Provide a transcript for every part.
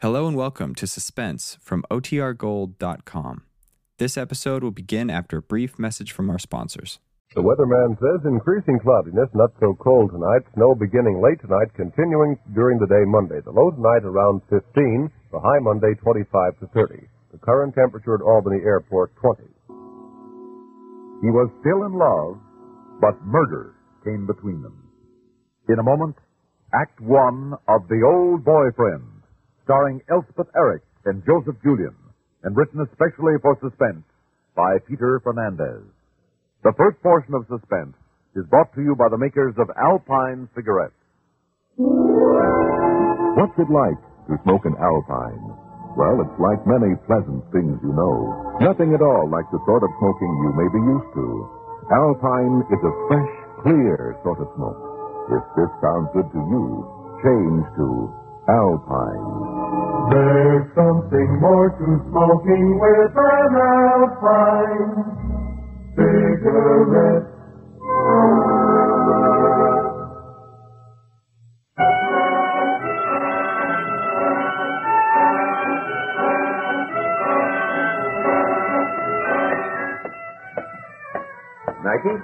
Hello and welcome to Suspense from OTRGold.com. This episode will begin after a brief message from our sponsors. The weatherman says increasing cloudiness, not so cold tonight. Snow beginning late tonight, continuing during the day Monday. The low tonight around 15, the high Monday 25 to 30. The current temperature at Albany Airport 20. He was still in love, but murder came between them. In a moment, Act One of The Old Boyfriend, starring Elspeth Eric and Joseph Julian, and written especially for Suspense by Peter Fernandez. The first portion of Suspense is brought to you by the makers of Alpine cigarettes. What's it like to smoke an Alpine? Well, it's like many pleasant things you know. Nothing at all like the sort of smoking you may be used to. Alpine is a fresh, clear sort of smoke. If this sounds good to you, change to Alpine. There's something more to smoking with an Alpine cigarette. Maggie?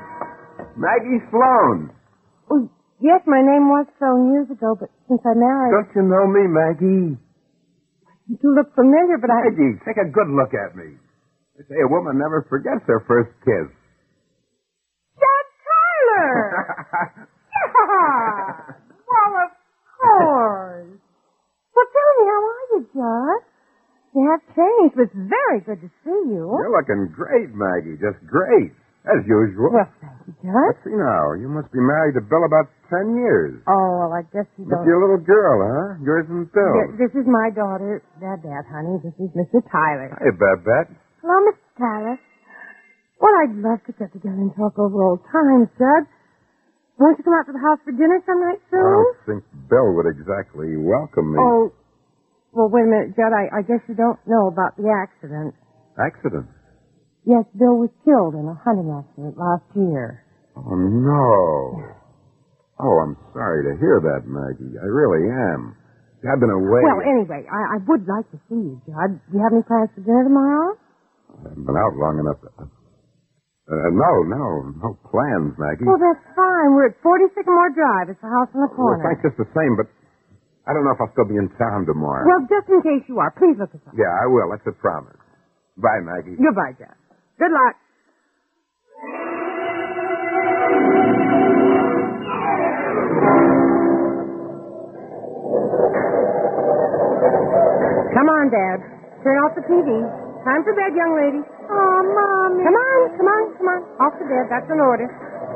Maggie Sloan. Well, yes, my name was Sloan years ago, but since I married, Don't you know me, Maggie? you look familiar, but I. Maggie, take a good look at me. They say a woman never forgets her first kiss. Jack Tyler! yeah! Well, of course. Well, tell me, how are you, Jack? You have changed, but it's very good to see you. You're looking great, Maggie. Just great. As usual. Well, thank you, Let's Jack. see now. You must be married to Bill about ten years. Oh, well, I guess you With don't. your little girl, huh? Yours and Bill. Th- This is my daughter, Babette, honey. This is Mr. Tyler. Hey, Babette. Hello, Mr. Tyler. Well, I'd love to get together and talk over old times, Judd. Won't you come out to the house for dinner some night I soon? don't think Bill would exactly welcome me. Oh, well, wait a minute, Judd. I, I guess you don't know about the accident. Accident. Yes, Bill was killed in a hunting accident last year. Oh, no. Oh, I'm sorry to hear that, Maggie. I really am. I've been away. Well, anyway, I, I would like to see you, Judd. Do you have any plans for dinner tomorrow? I haven't been out long enough. To... Uh, no, no, no plans, Maggie. Well, that's fine. We're at 40 Sycamore Drive. It's the house on the Well, corner. thanks just the same, but I don't know if I'll still be in town tomorrow. Well, just in case you are, please look us up. yeah, I will. That's a promise. Bye, Maggie. Goodbye, Jeff. Good luck. Come on, Dad. Turn off the TV. Time for bed, young lady. Oh, Mommy. Come on, come on, come on. Off to bed. That's an order.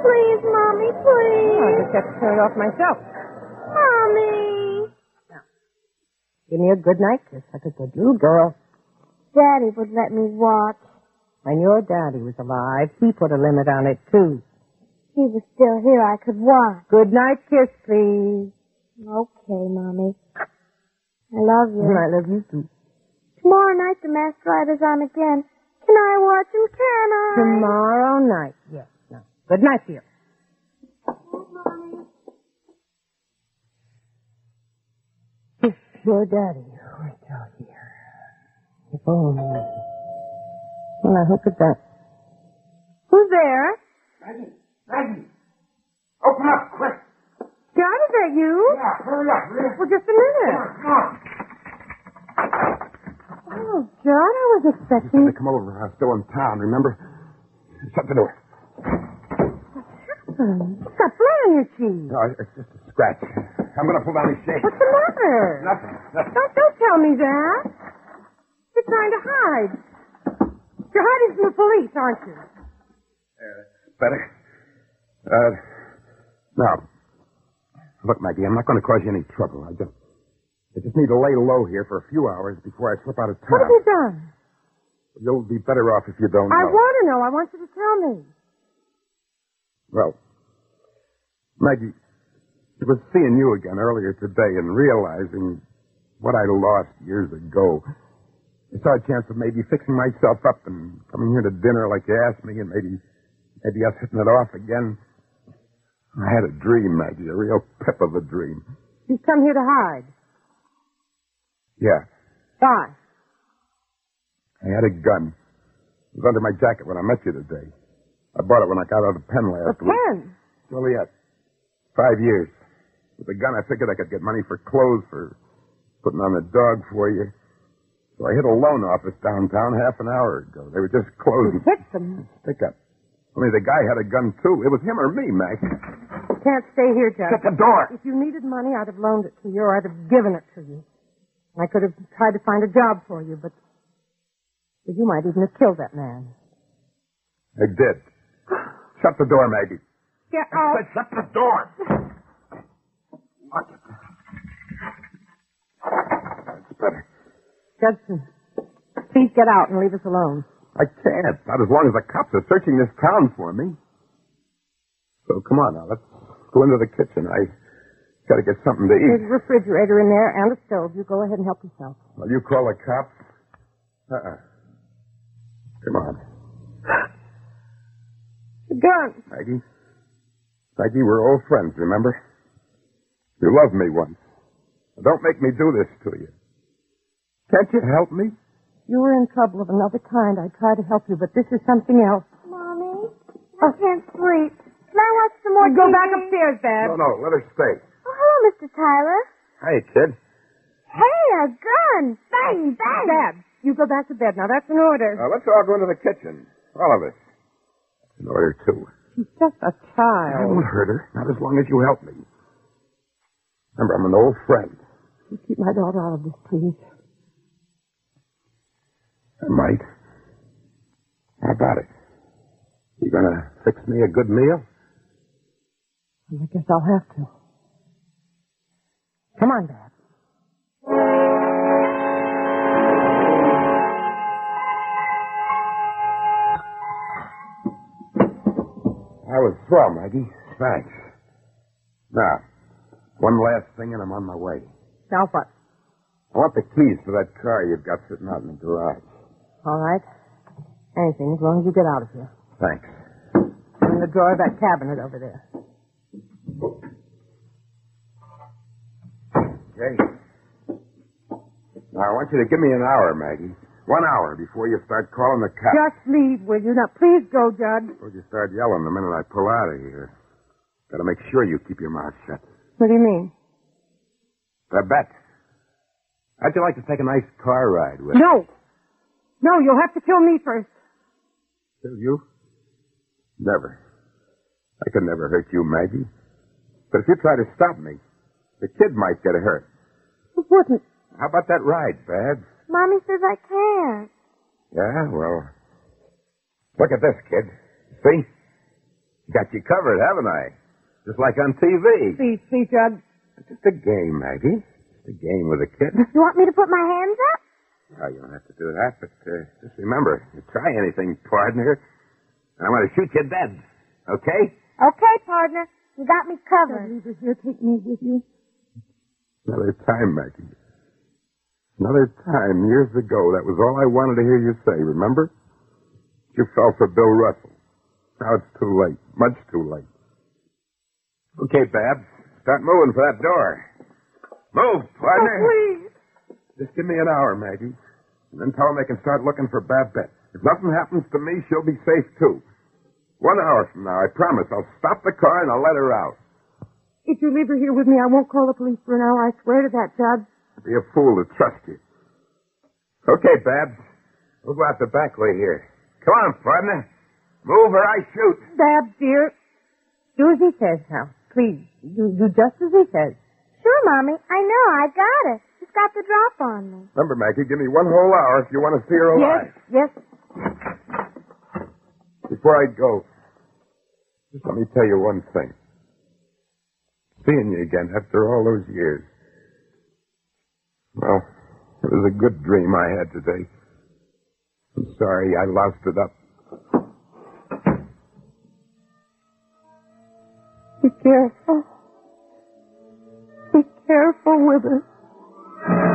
Please, Mommy, please. I just have to turn it off myself. Mommy. Now, give me a good night kiss like a good little girl. Daddy would let me watch. When your daddy was alive, he put a limit on it, too. He was still here. I could watch. Good night kiss, please. Okay, Mommy. I love you. I love you, too. Tomorrow night the masked rider's on again. Can I watch him? Can I? Tomorrow night. Yes, no. Good night, dear. If your daddy were still here. If only. Well, I hope it's that. Who's there? Maggie, Maggie, open up quick! God, is that you? Yeah, hurry up, hurry up. Well, just a minute. Come on. Oh, John, I was expecting They come over. I'm still in town, remember? Shut the door. You've got blood on your cheek. No, it's just a scratch. I'm going to pull down these shades. What's the matter? Nothing, nothing. Don't, don't tell me that. You're trying to hide. You're hiding from the police, aren't you? Better. Uh, now, look, Maggie, I'm not going to cause you any trouble. I just, I just need to lay low here for a few hours before I slip out of town. What have you done? You'll be better off if you don't I know. want to know. I want you to tell me. Well, Maggie, it was seeing you again earlier today and realizing what I lost years ago. I saw a chance of maybe fixing myself up and coming here to dinner like you asked me and maybe, maybe us hitting it off again. I had a dream, Maggie, a real pip of a dream. You've come here to hide. Yeah. Why? I had a gun. It was under my jacket when I met you today. I bought it when I got out of pen A last week. pen. Joliet. Five years. With a gun, I figured I could get money for clothes, for putting on the dog for you. So I hit a loan office downtown half an hour ago. They were just You closing. hit them. Pick up. Only the guy had a gun, too. It was him or me, Mac. You can't stay here, Jack. Shut the door. If you needed money, I'd have loaned it to you, or I'd have given it to you. And I could have tried to find a job for you, but but you might even have killed that man. I did. Shut the door, Maggie. Get out. Shut the door. That's better. Judson, please get out and leave us alone. I can't. Not as long as the cops are searching this town for me. So come on now, let's go into the kitchen. I gotta get something to There's eat. a refrigerator in there and a stove. You go ahead and help yourself. Will you call the cops? Uh-uh. Come on. The gun. Maggie. Maggie, we're old friends, remember? You loved me once. Now, Don't make me do this to you. Can't you help me? You were in trouble of another kind. I tried to help you, but this is something else. Mommy, I can't sleep. Can I watch some more Go TV? back upstairs, Dad. No, no, let her stay. Oh, hello, Mr. Tyler. Hey, kid. Hey, a gun! Bang, bang! Dad, you go back to bed. Now, that's an order. Now, let's all go into the kitchen. All of us. In order, too. She's just a I child. won't hurt her. Not as long as you help me. Remember, I'm an old friend. You keep my daughter out of this, please. I might. How about it? You gonna fix me a good meal? I guess I'll have to. Come on, Dad. I was swell, Maggie. Thanks. Now, one last thing and I'm on my way. Now what? I want the keys to that car you've got sitting out in the garage. All right. Anything, as long as you get out of here. Thanks. In the drawer of that cabinet over there. Okay. Now, I want you to give me an hour, Maggie. One hour before you start calling the cops. Just leave, will you? Now, please go, Judd. Suppose you start yelling the minute I pull out of here. Gotta make sure you keep your mouth shut. What do you mean? Babette, how'd you like to take a nice car ride with No. No, you'll have to kill me first. Kill you? Never. I could never hurt you, Maggie. But if you try to stop me, the kid might get hurt. It wouldn't. How about that ride, Babs? Mommy says I can't. Yeah, well, look at this, kid. See? Got you covered, haven't I? Just like on TV. Please, please, Judd. It's just a game, Maggie. Just a game with a kid. You want me to put my hands up? Well, you don't have to do that, but uh, just remember, you try anything, partner, and I'm going to shoot you dead. Okay? Okay, partner. You got me covered. Leave her here. Take me with you. Another time, Maggie. Another time, years ago, that was all I wanted to hear you say, remember? You fell for Bill Russell. Now it's too late. Much too late. Okay, Babs. Start moving for that door. Move, partner. please. Just give me an hour, Maggie. And then tell them they can start looking for Babette. If nothing happens to me, she'll be safe, too. One hour from now, I promise, I'll stop the car and I'll let her out. If you leave her here with me, I won't call the police for an hour. I swear to that, Judd. I'd be a fool to trust you. Okay, Babs. We'll go out the back way here. Come on, partner. Move or I shoot. Dad, dear, do as he says now. Please, do, do just as he says. Sure, Mommy. I know. I got it. He's got the drop on me. Remember, Maggie, give me one whole hour if you want to see her alive. Yes, yes. Before I go, just let me tell you one thing. Seeing you again after all those years. Well, it was a good dream I had today. I'm sorry I loused it up. Be careful. Be careful with her.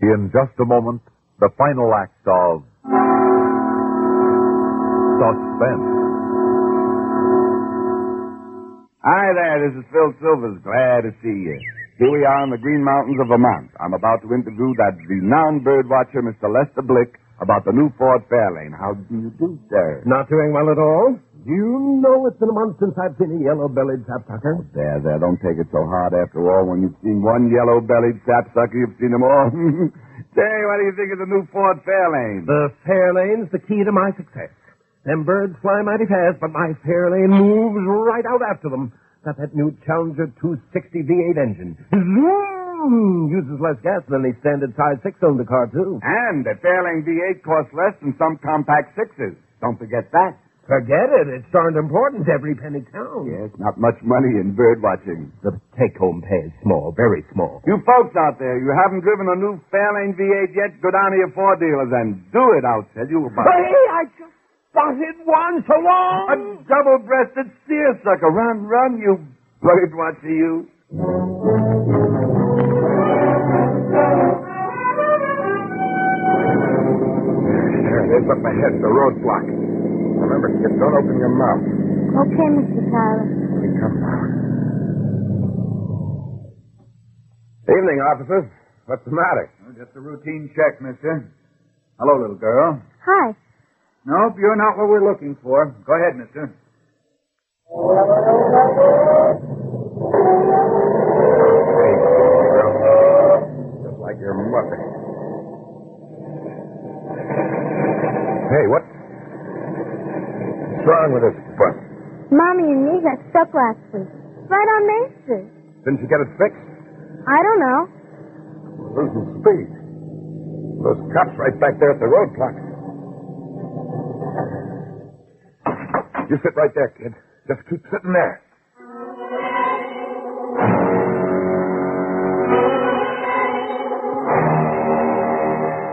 In just a moment, the final act of Suspense. Hi there, this is Phil Silvers. Glad to see you. Here we are in the Green Mountains of Vermont. I'm about to interview that renowned bird watcher, Mr. Lester Blick, about the new Ford Fairlane. How do you do, sir? Not doing well at all. Do you know it's been a month since I've seen a yellow-bellied sapsucker? There, there, don't take it so hard after all. When you've seen one yellow-bellied sapsucker, you've seen them all. Say, what do you think of the new Ford Fairlane? The Fairlane's the key to my success. Them birds fly mighty fast, but my Fairlane moves right out after them. Got that new Challenger 260 V8 engine. Zoom! Uses less gas than any standard size six-cylinder car, too. And the Fairlane V8 costs less than some compact sixes. Don't forget that. Forget it. It's darned important. Every penny counts. Yes, not much money in bird watching. The take-home pay is small, very small. You folks out there, you haven't driven a new Fairlane V8 yet, go down to your Ford dealers and do it, I'll tell you about it. Hey, I just spotted one so long. A double-breasted seersucker. Run, run, you bird watcher, you. There it is up ahead, the roadblock. Remember, kid, don't open your mouth. Okay, Mr. Tyler. Here he comes out. Evening, officers. What's the matter? Just a routine check, mister. Hello, little girl. Hi. Nope, you're not what we're looking for. Go ahead, mister. Just like your mother. Hey, what? What's wrong with this bus? Mommy and me got stuck last week. Right on Main Street. Didn't you get it fixed? I don't know. We're losing speed. Those cops right back there at the roadblock. You sit right there, kid. Just keep sitting there.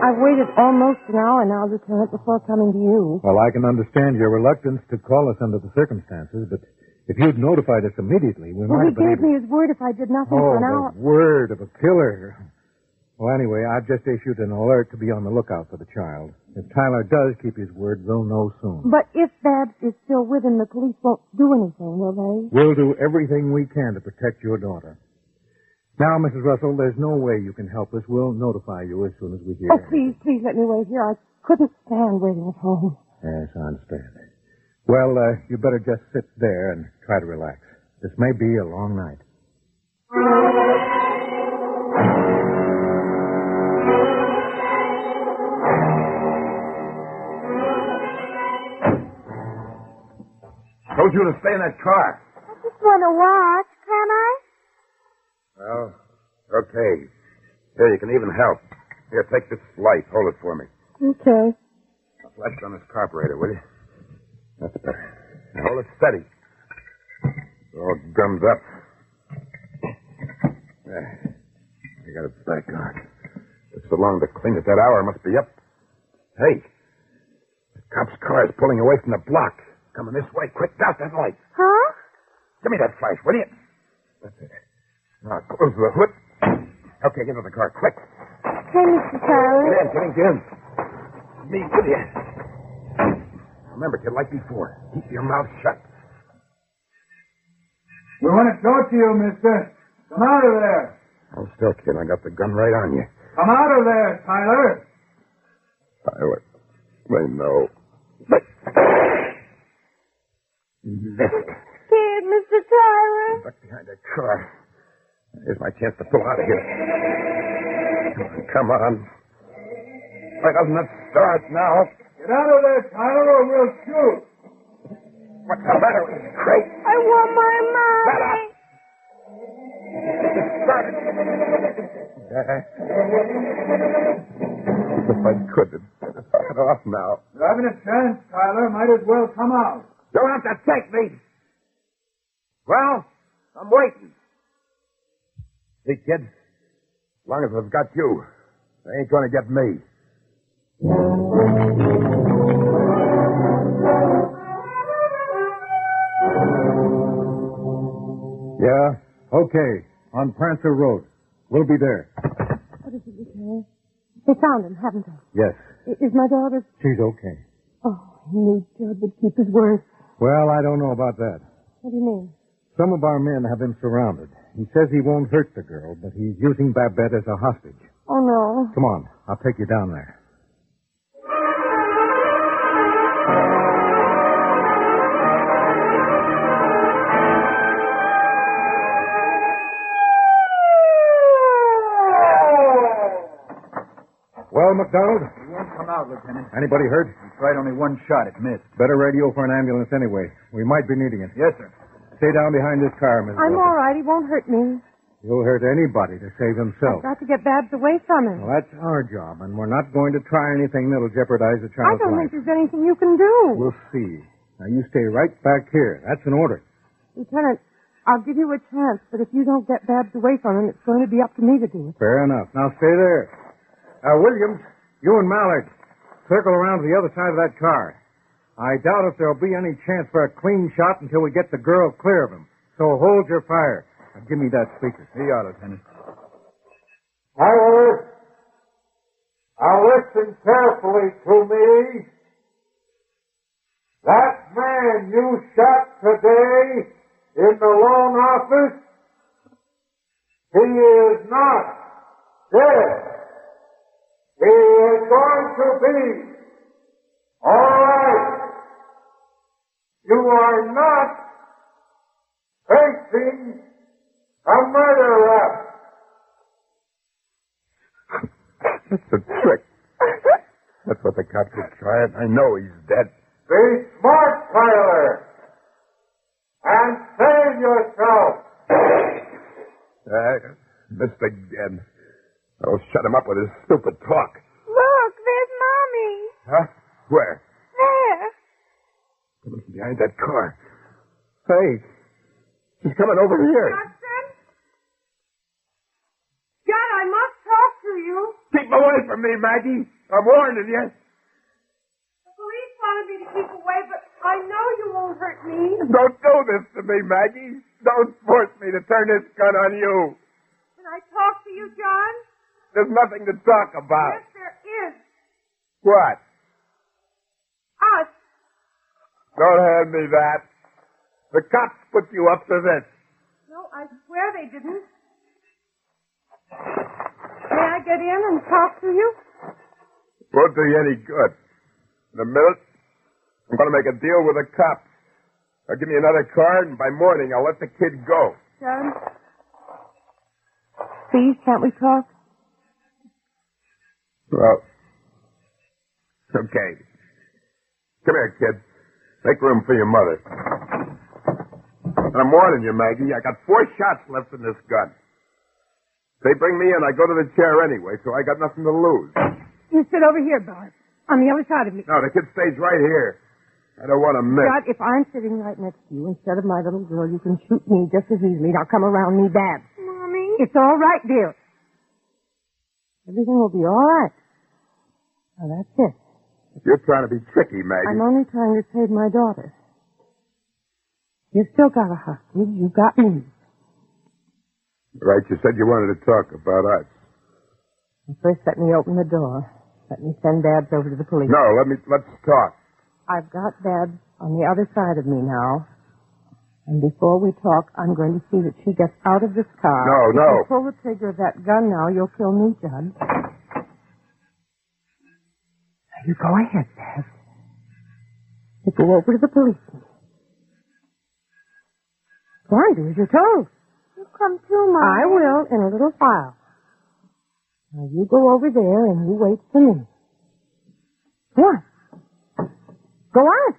I've waited almost an hour now, Lieutenant, before coming to you. Well, I can understand your reluctance to call us under the circumstances, but if you'd notified us immediately, we Well, might he have been gave able. me his word if I did nothing oh, for an the hour. word of a killer! Well, anyway, I've just issued an alert to be on the lookout for the child. If Tyler does keep his word, they'll know soon. But if Babs is still with him, the police won't do anything, will they? We'll do everything we can to protect your daughter. Now, Mrs. Russell, there's no way you can help us. We'll notify you as soon as we hear. Oh, please, please let me wait here. I couldn't stand waiting at home. Yes, I understand. Well, uh, you better just sit there and try to relax. This may be a long night. Told you to stay in that car. I just want to watch, can I? Well, okay. Here, you can even help. Here, take this light. Hold it for me. Okay. Flash it on this carburetor, will you? That's better. Now hold it steady. It's all gummed up. There. I got it back on. Took so long to clean it. That hour must be up. Hey, the cop's car is pulling away from the block. Coming this way. Quick, out that light. Huh? Give me that flash, will you? That's it. Now close the hood. Okay, get out of the car, quick. Okay, Mr. Tyler. Get in, get in, get in. Me with you. Remember, kid, like before, keep your mouth shut. We want to talk to you, mister. Come out of there. Oh, still, kid, I got the gun right on you. Come out of there, Tyler. Tyler, they know. But... Missed. Scared, Mr. Tyler. Duck behind that car. Here's my chance to pull out of here. Come on, come on. Why doesn't it start now? Get out of there, Tyler, or we'll shoot. What's the matter with this crate? I want my mom. Shut up! Started. If I could have got it off now. You haven't a chance, Tyler. Might as well come out. Don't have to take me. Well, I'm waiting. Hey, kid, as long as I've got you, they ain't gonna get me. Yeah? Okay. On Prancer Road. We'll be there. What is it, Lieutenant? They found him, haven't they? Yes. I- Is my daughter... She's okay. Oh, he knew Judd would keep his word. Well, I don't know about that. What do you mean? Some of our men have him surrounded. He says he won't hurt the girl, but he's using Babette as a hostage. Oh, no. Come on, I'll take you down there. Well, McDonald, He won't come out, Lieutenant. anybody hurt? He tried only one shot. It missed. Better radio for an ambulance anyway. We might be needing it. Yes, sir. Stay down behind this car, Miss. I'm Wilson. all right. He won't hurt me. He'll hurt anybody to save himself. Got to get Babs away from him. Well, that's our job, and we're not going to try anything that'll jeopardize the I child's don't life. think there's anything you can do. We'll see. Now you stay right back here. That's an order. Lieutenant, I'll give you a chance, but if you don't get Babs away from him, it's going to be up to me to do it. Fair enough. Now stay there. Uh, Williams, you and Mallard, circle around to the other side of that car. I doubt if there'll be any chance for a clean shot until we get the girl clear of him. So hold your fire. Now, give me that speaker. Here you are, Lieutenant. I will. Now listen carefully to me. That man you shot today in the loan office, he is not dead. He is going to be. All right. You are not facing a murder rap. That's a trick. That's what the cops are trying. I know he's dead. Be smart, Tyler, and save yourself. Uh, missed again. I'll shut him up with his stupid talk. Look, there's Mommy. Huh? Where? There. Behind that car. Hey, he's coming over here. John, John, I must talk to you. Keep away from me, Maggie. I'm warning you. The police wanted me to keep away, but I know you won't hurt me. Don't do this to me, Maggie. Don't force me to turn this gun on you. Can I talk to you, John? There's nothing to talk about. Yes, there is. What? Us. Don't hand me that. The cops put you up to this. No, I swear they didn't. May I get in and talk to you? Won't do you any good. In a minute, I'm going to make a deal with the cops. They'll give me another card, and by morning, I'll let the kid go. John? Please, can't we talk? Well, okay. Come here, kid. Make room for your mother. And I'm warning you, Maggie, I got four shots left in this gun. If they bring me in, I go to the chair anyway, so I got nothing to lose. You sit over here, Bart, on the other side of me. No, the kid stays right here. I don't want to miss. John, if I'm sitting right next to you instead of my little girl, you can shoot me just as easily. Now come around me, Babs. Mommy. It's all right, dear. Everything will be all right. Now that's it. You're trying to be tricky, Maggie. I'm only trying to save my daughter. You've still got a hostage. You've got me. Right, you said you wanted to talk about us. First, let me open the door. Let me send Babs over to the police. No, let me let's talk. I've got Babs on the other side of me now. And before we talk, I'm going to see that she gets out of this car. No, If no. You pull the trigger of that gun now, you'll kill me, Judd. Now you go ahead, Babs. You go over to the policeman. Go on, do as you're told. You come too, Mommy. I will in a little while. Now you go over there and you wait for me. Go on. Go on.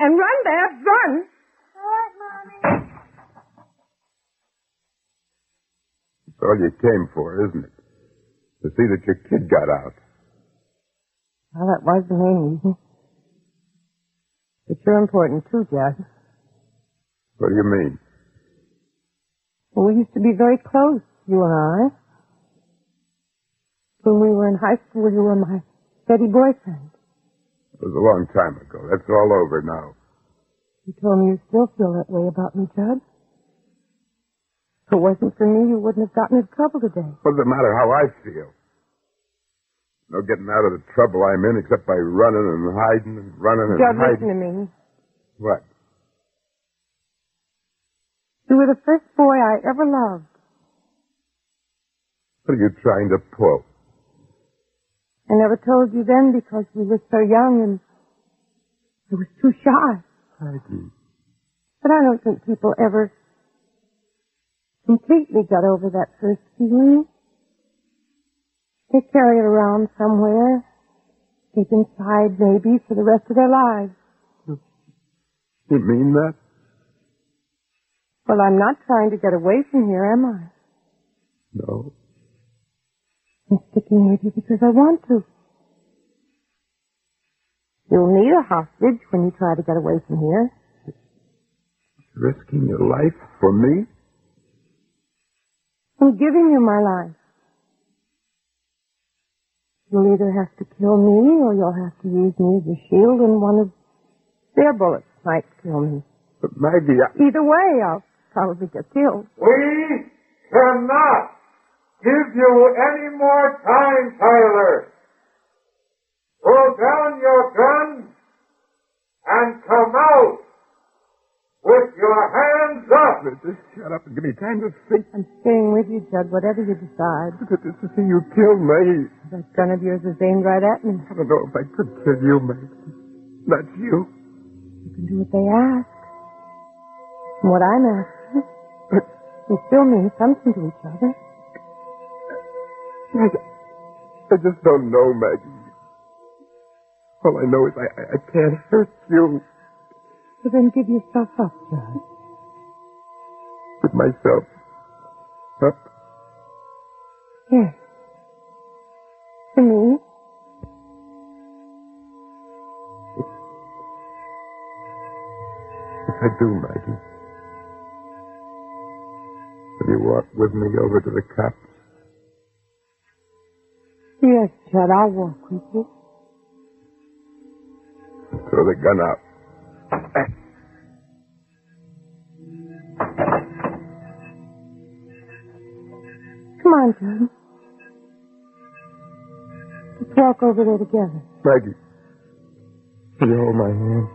And run, Babs, run. All right, Mommy. It's all you came for, isn't it? To see that your kid got out. Well, that was the main reason. But you're important too, Jack. What do you mean? Well, we used to be very close, you and I. When we were in high school, you were my steady boyfriend. It was a long time ago. That's all over now. You told me you still feel that way about me, Judd. If it wasn't for me, you wouldn't have gotten in trouble today. What does it matter how I feel? No getting out of the trouble I'm in except by running and hiding and running and Judd, hiding. listen to me. What? You were the first boy I ever loved. What are you trying to pull? I never told you then because you were so young and I was too shy. Maggie. But I don't think people ever completely got over that first feeling. They carry it around somewhere, deep inside maybe, for the rest of their lives. You mean that? Well, I'm not trying to get away from here, am I? No. I'm sticking with you because I want to. You'll need a hostage when you try to get away from here. Risking your life for me? I'm giving you my life. You'll either have to kill me or you'll have to use me as a shield and one of their bullets might kill me. But Maggie, I... Either way, I'll probably get killed. We cannot give you any more time, Tyler. Pull down your gun and come out with your hands up. Just shut up and give me time to think. I'm staying with you, Judd, whatever you decide. But it's to see you killed Maggie. That gun of yours is aimed right at me. I don't know if I could kill you, Maggie. Not you. You can do what they ask. And what I'm asking. It still means something to each other. Maggie, I just don't know, Maggie. All I know is I, I, I can't hurt you So then give yourself up, Judd. with myself. Up. Yes. To me. If I do, Maggie, will you walk with me over to the cops? Yes, Judd, I'll walk with you. Throw the gun out. Come on, Judd. Let's walk over there together. Maggie, will you hold my hand?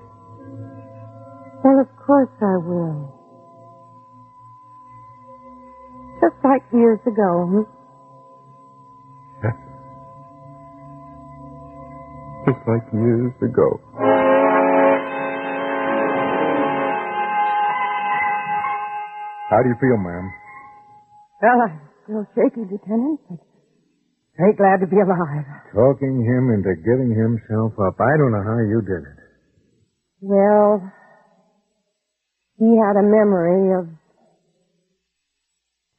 Well, of course I will. Just like years ago. Just like years ago. How do you feel, ma'am? Well, I'm still shaky, Lieutenant, but very glad to be alive. Talking him into giving himself up. I don't know how you did it. Well, he had a memory of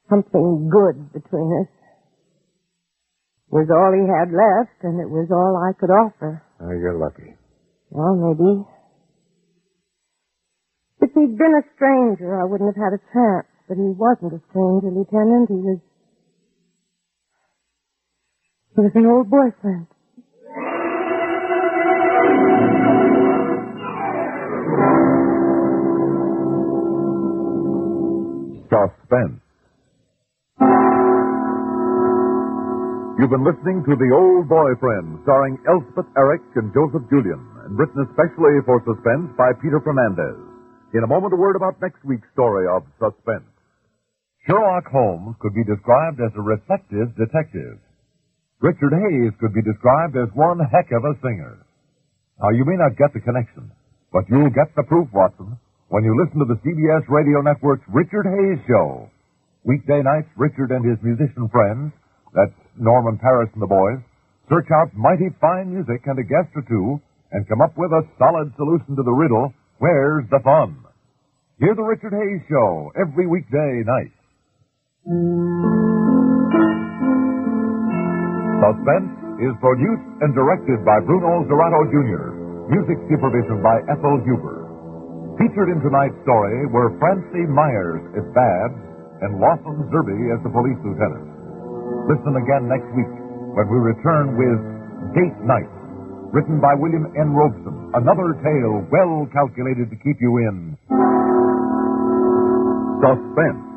something good between us. It was all he had left, and it was all I could offer. Oh, you're lucky. Well, maybe. If he'd been a stranger, I wouldn't have had a chance. But he wasn't a stranger, Lieutenant. He was. He was an old boyfriend. Suspense. You've been listening to The Old Boyfriend, starring Elspeth Eric and Joseph Julian, and written especially for Suspense by Peter Fernandez. In a moment, a word about next week's story of Suspense. Sherlock Holmes could be described as a reflective detective. Richard Hayes could be described as one heck of a singer. Now, you may not get the connection, but you'll get the proof, Watson, when you listen to the CBS Radio Network's Richard Hayes Show. Weekday nights, Richard and his musician friends, that's Norman Paris and the boys, search out mighty fine music and a guest or two and come up with a solid solution to the riddle, where's the fun? Hear the Richard Hayes Show every weekday night. Suspense is produced and directed by Bruno Zerato Jr., music supervision by Ethel Huber. Featured in tonight's story were Francie Myers as Babs and Lawson Zerby as the police lieutenant. Listen again next week when we return with Date Night, written by William N. Robeson, another tale well calculated to keep you in suspense.